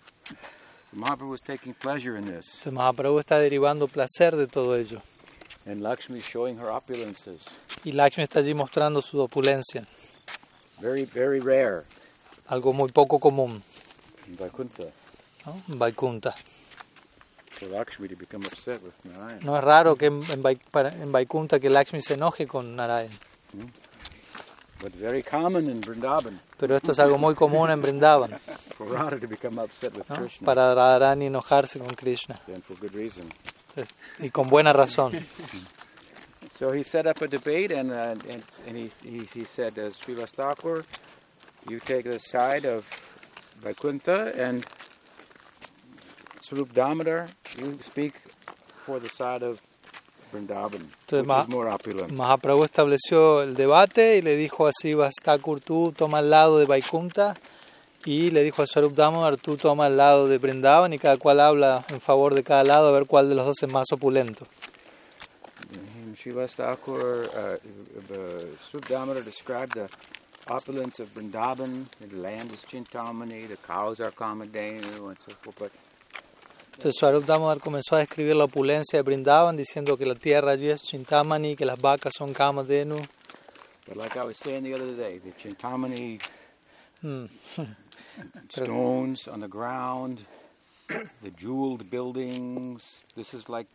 So Mahaprabhu was taking pleasure in this, Entonces Mahaprabhu está derivando placer de todo ello. and Lakshmi is showing her opulences. Y Lakshmi está allí mostrando su opulencia, Very, very rare algo muy poco común in Vaikuntha ¿no? en Vaikunta. for Lakshmi to become upset with Narayan. No es raro que en, en, Vai- para- en Vaikunta que Lakshmi se enoje con Narayan. But very common in Vrindavan Pero esto es algo muy común en Vrindavan, for Radha to become upset with ¿no? Krishna, para Radharani enojarse con Krishna. and for good reason. Y con buena razón. So he set up a debate, and uh, and, and he, he, he said, uh, Srivas Thakur, you take the side of Vaikuntha, and Sarup Damodar, you speak for the side of Vrindavan, To which Ma- is more opulent. Mahaprabhu estableció el debate y le dijo así, Bastakur, tú toma el lado de Vaikunta. Y le dijo a Swarup Damodar, tú toma el lado de Vrindavan y cada cual habla en favor de cada lado a ver cuál de los dos es más opulento. In Srivas Thakur, uh, uh, Sarup Damodar described the opulence of Vrindavan, the land is Chintamani, the cows are Kamadenu, and so forth, but Entonces Swarup Damodar comenzó a describir la opulencia de Vrindavan diciendo que la tierra allí es Chintamani, que las vacas son Kamadenu. But like I was saying the other day, the Chintamani Hmm. stones on the ground, the jeweled buildings, this is like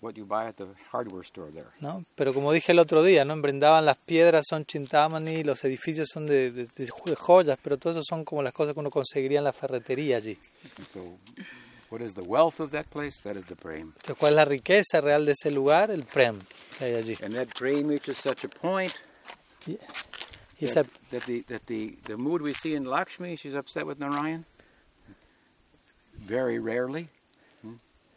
what you buy at the hardware store there. ¿no? Pero como dije el otro día, ¿no? en Vrindavan las piedras son Chintamani, los edificios son de, de- de joyas, pero todo eso son como las cosas que uno conseguiría en la ferretería allí. And so, what is the wealth of that place? That is the prem. Entonces, ¿cuál es la riqueza real de ese lugar? El prem que hay allí. And that prem reaches such a point Y that, esa- that the that the the mood we see in Lakshmi, she's upset with Narayan. Very rarely. Hmm?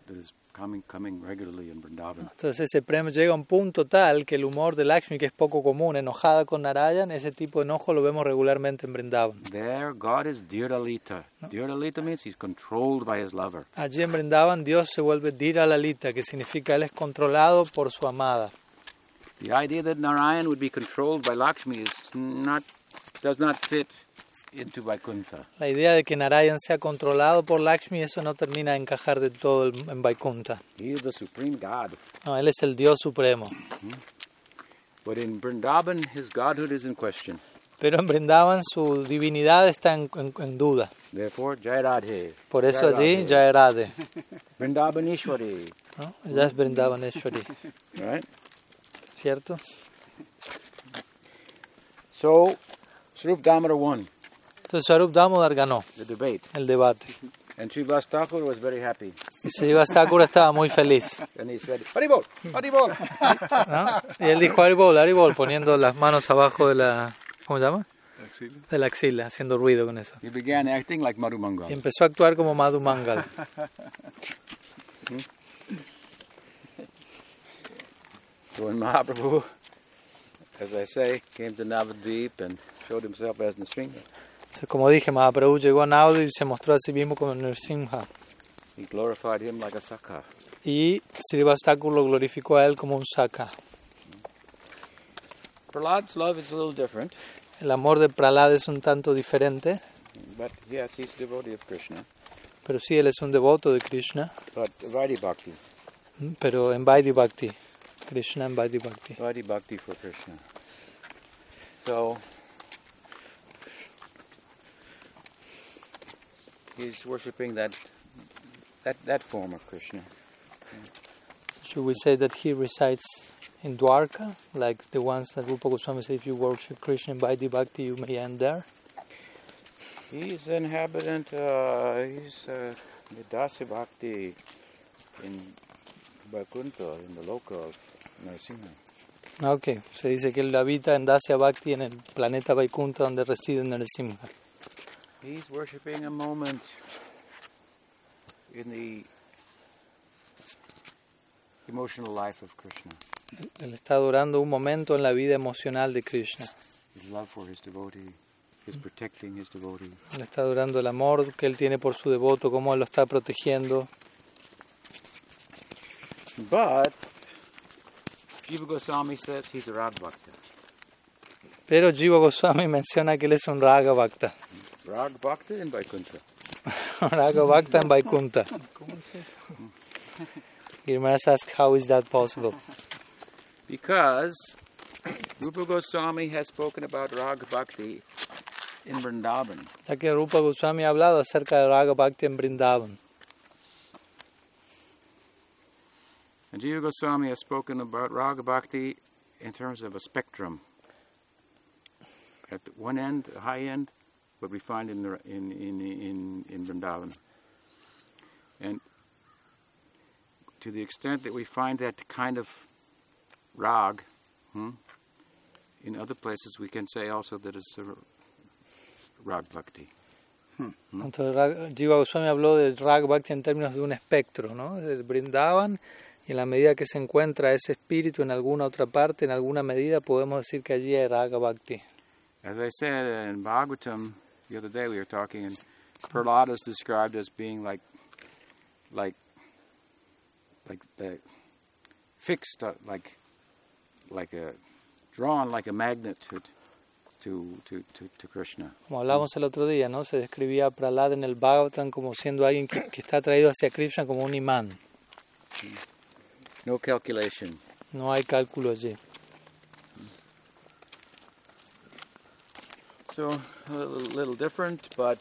That is coming coming regularly in Vrindavan. entonces ese prem llega a un punto tal que el humor de Lakshmi, que es poco común, enojada con Narayan, ese tipo de enojo lo vemos regularmente en Vrindavan. There, God is Diralita. Diralita means he's controlled by his lover. Allí en Vrindavan Dios se vuelve Dira Lalita, que significa Él es controlado por su amada. The idea that Narayan would be controlled by Lakshmi is not, does not fit into Vaikuntha. La idea de que Narayan sea controlado por Lakshmi, eso no termina de encajar de todo el- en Vaikunta. He is the supreme god. No, Él es el Dios Supremo. But in Vrindavan, his godhood is in question. Pero en Vrindavan su divinidad está en, en- en duda. Therefore, Jairadhe. Por eso Jairadhe. allí ya era de. Vrindavanishwari. ¿no? Ya es Vrindavaneshwari, Right? ¿cierto? So, Srup Damodar won Entonces Swarup Damodar ganó the debate. el debate. And Srivas Thakur was very happy. Y Sriva Sakura estaba muy feliz. And he said, Haribol! Haribol! ¿no? Y él dijo Aribol, Aribol, poniendo las manos abajo de la... ¿Cómo se llama? Axila. De la axila, haciendo ruido con eso. He began acting like Madhu Y Mangal. empezó a actuar como Madhu Mangal. So when Mahaprabhu, as I say, came to Navadvip and showed himself as Nisringa, Entonces, como dije, Mahaprabhu llegó a Naudi y se mostró a sí mismo como Nrsimha. He glorified him like a Sakha. Y Srivastakur lo glorificó a él como un Saka. Prahlad's love is a little different, El amor de Pralad es un tanto diferente, but yes, he's devotee of Krishna. pero sí, él es un devoto de Krishna. But Vaidhi Bhakti, Pero en Vaidhi Bhakti. Krishna en Vaidhi Bhakti. Vaidhi Bhakti for Krishna. So, he's worshipping that, that, that form of Krishna. Should we say that he resides in Dwarka, like the ones that Rupa Goswami said, if you worship Krishna in Vaidhi Bhakti, you may end there? He's an inhabitant, uh, he's uh, the Dasi Bhakti in Vaikuntha, in the loka of Narasimha. Ah, Ok, se dice que él habita en Dasya Bhakti, en el planeta Vaikunta, donde reside Narasimha. He's worshipping a moment in the emotional life of Krishna, Él está adorando un momento en la vida emocional de Krishna. his love for his devotee, his protecting his devotee. Él está adorando el amor que él tiene por su devoto, cómo él lo está protegiendo. But Jiva Goswami says he's a Radha Bhakta. Pero Jiva Goswami menciona que él es un Raga Bhakta. Rag Bhakta in Vaikuntha. Raga Bhakta en Vaikunta. Gilmaras asks, how is that possible? Because Rupa Goswami has spoken about Rag Bhakti in Vrindavan. Ya que Rupa Goswami ha hablado acerca de Raga Bhakti en Brindavan. And Jiva Goswami has spoken about Raga Bhakti in terms of a spectrum. At the one end, the high end, what we find in, the, in, in, in, in Vrindavan. And to the extent that we find that kind of rag hmm, in other places, we can say also that it's a rag bhakti. Entonces Rag- Jiva Goswami habló del Raga Bhakti en términos de un espectro, ¿no? Del Brindavan. Y en la medida que se encuentra ese espíritu en alguna otra parte, en alguna medida, podemos decir que allí hay Raga Bhakti. As I said uh, in Bhagavatam the other day, we were talking, and Prahlada is described as being like, like, like the fixed, uh, like, like a drawn like a magnet to, to, to, to, to Krishna. Como hablábamos el otro día, ¿no? Se describía a Prahlad en el Bhagavatam como siendo alguien que, que está atraído hacia Krishna como un imán. No calculation. No hay cálculo allí. So a little, little different, but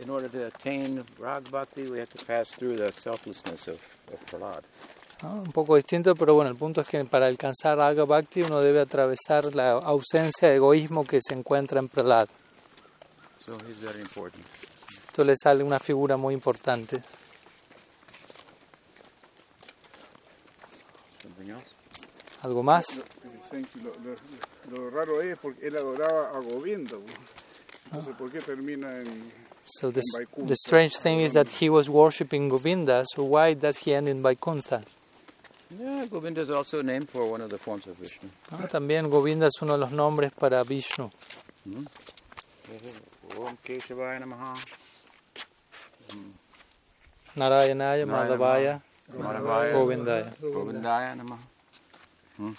in order to attain rag bhakti, we have to pass through the selflessness of, of Prahlad. ¿no? Un poco distinto, pero bueno, el punto es que para alcanzar Raga Bhakti uno debe atravesar la ausencia de egoísmo que se encuentra en Prahlad. So he's very important. Esto le sale una figura muy importante. Something else? ¿Algo más? Dicen que Eh, Lo, lo- lo raro es porque él adoraba a Govinda. ¿no? Entonces, ¿por qué termina en So the, the strange thing is that he was worshipping Govinda, so why does he end in Vaikuntha? Yeah, Govinda is also named for one of the forms of Vishnu. ¿no? Ah, También Govinda es uno de los nombres para Vishnu. Om Keshavaya Namaha. Narayanaya, Narayanaya, Madhavaya, Madhavaya, Govindaya. Govindaya Namaha. Hmm.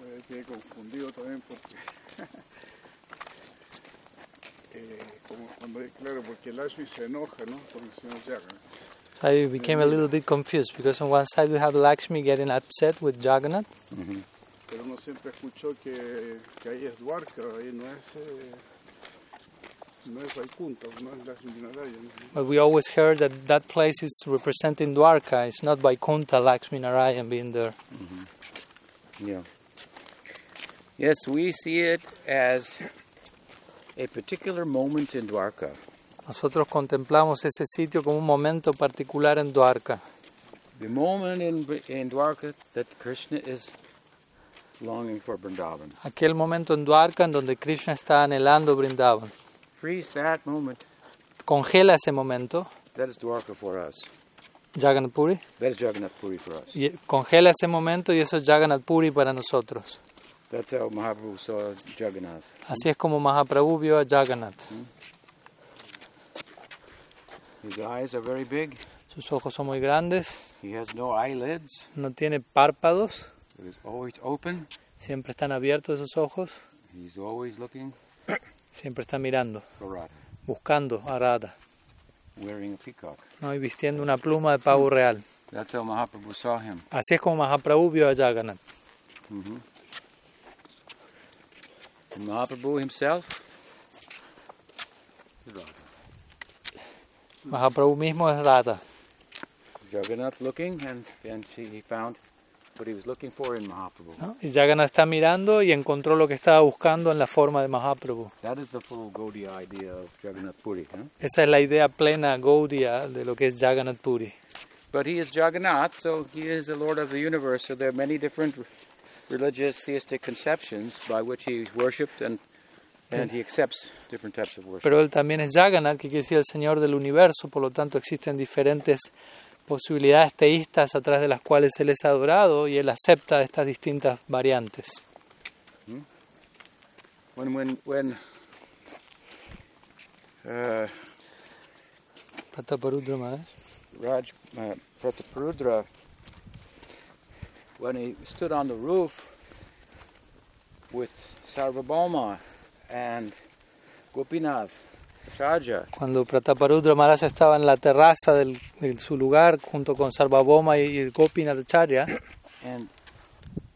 Me quedé confundido también porque. eh, como cuando, claro, porque el Ashmi se enoja, ¿no? Por el señor Yaga. I became a little bit confused because on one side we have Lakshmi getting upset with Jagannath, Pero uno siempre escuchó que, que ahí es Dwarka, ahí no es. eh, no es Vaikunta, no es Lakshmi Vinaraya. ¿no? but we always heard that that place is representing Dwarka. It's not Vaikuntha Lakshmi Narayan being there. Yeah. Yes, we see it as a particular moment in Dwarka. Nosotros contemplamos ese sitio como un momento particular en Dwarka. The moment in, in Dwarka that Krishna is longing for Vrindavan. Aquel momento en Dwarka en donde Krishna está anhelando Brindavan. Freeze that moment. Congela ese momento, That is Dwarka for us. Jagannath Puri, That is Jagannath Puri for us. y congela ese momento y eso es Jagannath Puri para nosotros. That's how Mahaprabhu saw Jagannath. Así es como Mahaprabhu vio a Jagannath. His eyes are very big. Sus ojos son muy grandes, He has no eyelids. no tiene párpados, It is always open. siempre están abiertos esos ojos, He's always looking siempre está mirando, for Radha, buscando a Radha, wearing a peacock. ¿no? y vistiendo una pluma de pavo real. That's how Mahaprabhu saw him. Así es como Mahaprabhu vio a Jagannath. And Mahaprabhu himself. Mahaprabhu mismo es Radha. Jagannath looking, and, and she, he found what he was looking for in Mahaprabhu. ¿no? Y Yagana está mirando y encontró lo que estaba buscando en la forma de Mahaprabhu. That is the full Gaudiya idea of Jagannath Puri. Huh? Esa es la idea plena, Gaudiya, de lo que es Jagannath Puri. But he is Jagannath, so he is the Lord of the universe. So there are many different r- religious, theistic conceptions by which he is worshipped and, and he accepts different types of worship. Pero él también es Jagannath, que quiere decir el Señor del Universo, por lo tanto existen diferentes posibilidades teístas a través de las cuales él es adorado y él acepta estas distintas variantes. When, when, when uh, Prataparudra Maharaj. Raj uh, Prataparudra, when he stood on the roof with Sarvabhauma and Gopinath, Acharya, Cuando Prataparudra Maharaj estaba en la terraza del- de su lugar junto con Sarvabhoma y el Gopinath Acharya, And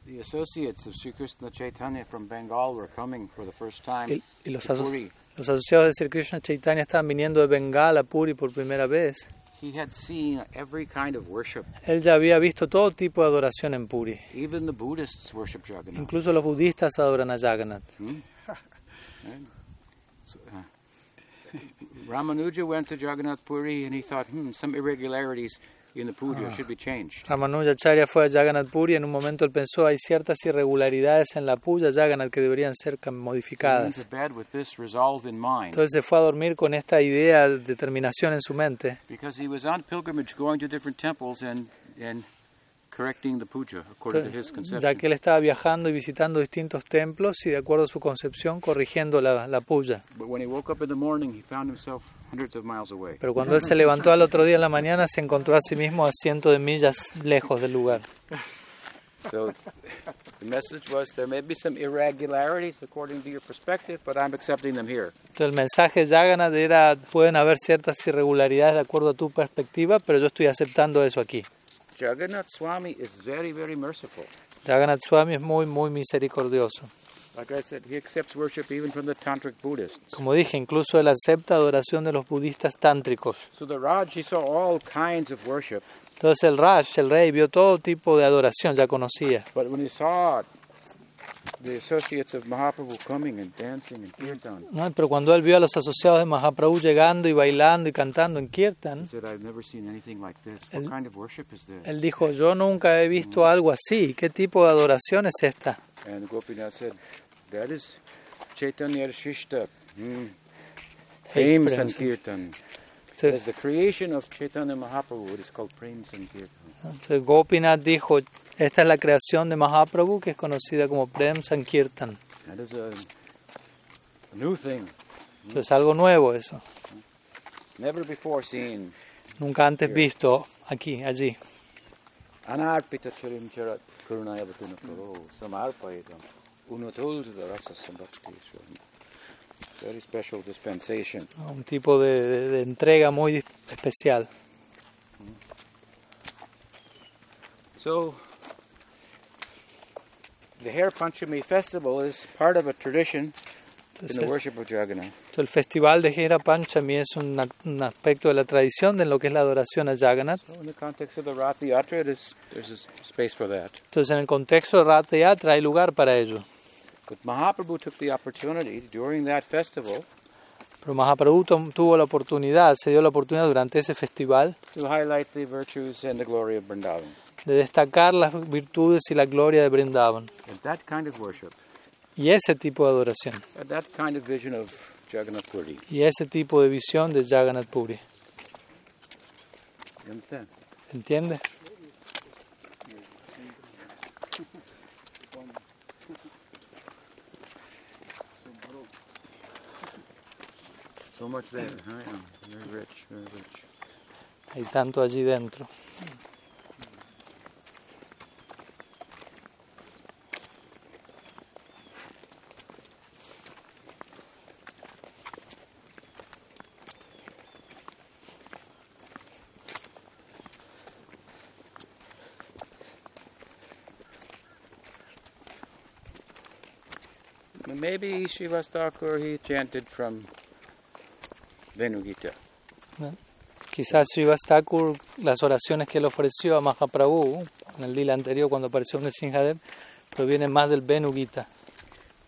the associates of Sri Krishna Chaitanya from Bengal were coming for the first time y, to y los, aso- Puri. los asociados de Sri Krishna Chaitanya estaban viniendo de Bengala a Puri por primera vez, He had seen every kind of worship. él ya había visto todo tipo de adoración en Puri. Even the Buddhists worship Jagannath. Incluso los budistas adoran a Jagannath. So, uh, Ramanuja went to Jagannath Puri and he thought, hmm, some irregularities in the puja should be changed. Ramanujacharya fue a Jagannath Puri y en un momento él pensó hay ciertas irregularidades en la puya Jagannath que deberían ser cam- He went to modificadas. bed with this resolve in mind Entonces se fue a dormir con esta idea de determinación en su mente, because he was on pilgrimage going to different temples and, and correcting the puja according to his ya conception. que él estaba viajando y visitando distintos templos y de acuerdo a su concepción corrigiendo la, la puya. But when he woke up in the morning, he found himself hundreds of miles away. Pero cuando él se levantó al otro día en la mañana se encontró a sí mismo a cientos de millas lejos del lugar. So the message was there may be some irregularities according to your perspective, but I'm accepting them here. Entonces el mensaje de Jagannath era pueden haber ciertas irregularidades de acuerdo a tu perspectiva, pero yo estoy aceptando eso aquí. Jagannath Swami is very, very merciful. Jagannath Swami es muy, muy misericordioso. Like I said, he accepts worship even from the tantric Buddhists. Como dije, incluso él acepta adoración de los budistas tántricos. So the Raj, he saw all kinds of worship, Entonces el Raj, el rey, vio todo tipo de adoración, ya conocía. but when he saw the associates of Mahaprabhu coming and dancing and kirtan, ¿no? Pero cuando él vio a los asociados de Mahaprabhu llegando y bailando y cantando en he Kirtan, said, I've never seen anything like this. What kind of worship is él this? dijo, yo nunca he visto algo así, ¿qué tipo de adoración es esta? And Gopinath said, That is Chaitanya Shishta. Hmm. Prem Prem Sankirtan. It is Entonces, the creation of Chaitanya Mahaprabhu. It is called Prem Sankirtan. entonces Gopinath dijo, esta es la creación de Mahaprabhu que es conocida como Prem Sankirtan. That is a new thing, Entonces es algo nuevo eso, never before seen. nunca antes visto aquí, allí. Anarpita charim charat karunayavatina karo samarpayitam unatulta rasa sambhakti swaram. Very special dispensation. ¿no? un tipo de, de- de entrega muy dis- especial. So, the Hare Panchami festival is part of a tradition in the Entonces, worship of Jagannath. el festival de Hera Panchami es un, a- un aspecto de la tradición de lo que es la adoración a Jagannath. So in the context of the Rath Yatra, it is, there's a s- space for that. Entonces, en el contexto de Ratha Yatra hay lugar para ello. But Mahaprabhu took the opportunity during that festival Pero Mahaprabhu tom- tuvo la oportunidad, se dio la oportunidad durante ese festival to highlight the virtues and the glory of Vrindavan. de destacar las virtudes y la gloria de Brindavan. And that kind of worship, Y ese tipo de adoración, and that kind of vision of Jagannath Puri. y ese tipo de visión de Jagannath Puri. You understand? ¿Entiendes? So much there. I am very rich, very rich. Hay tanto allí dentro. And Maybe Shivastakur, he chanted from Venu Gita. Quizás Srivas Thakur, las oraciones que él ofreció a Mahaprabhu en el lila anterior cuando apareció Nrsimhadev, proviene más del Benu Gita.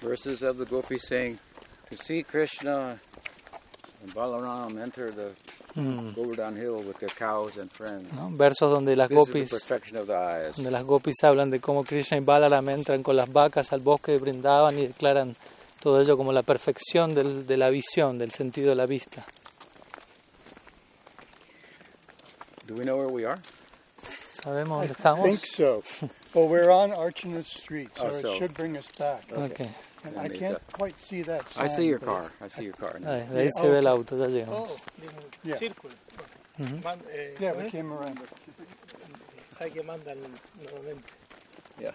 Verses of the Gopi saying, You see Krishna and Balaram enter the Hmm. Mm, Govardhan hill with their cows and friends. ¿no? Versos donde las This is the gopis perfection of the eyes. donde las gopis hablan de cómo Krishna y Balaram entran con las vacas al bosque de Brindavan y declaran todo ello como la perfección del- de la visión, del sentido de la vista. Do we know where we are? ¿Sabemos I dónde estamos? think so. Well, we're on Archana Street, so Oh, so- it should bring us back. Ok. And That I means can't that- quite see that sign. I see your but- car. I see your car now. Ahí, de ahí se ve el auto, ya llegamos. Oh, digo, Yeah. círculo. Ujú. Man- eh, Yeah, ¿cómo we es? came around. Sabe que mandan normalmente. Yeah.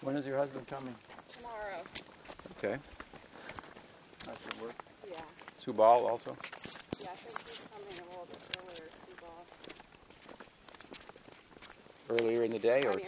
When is your husband coming? Tomorrow. Okay. After work. Yeah. Subal also. Yeah, I think he's coming a little bit earlier. Steve Ball. Earlier in the day I or mean,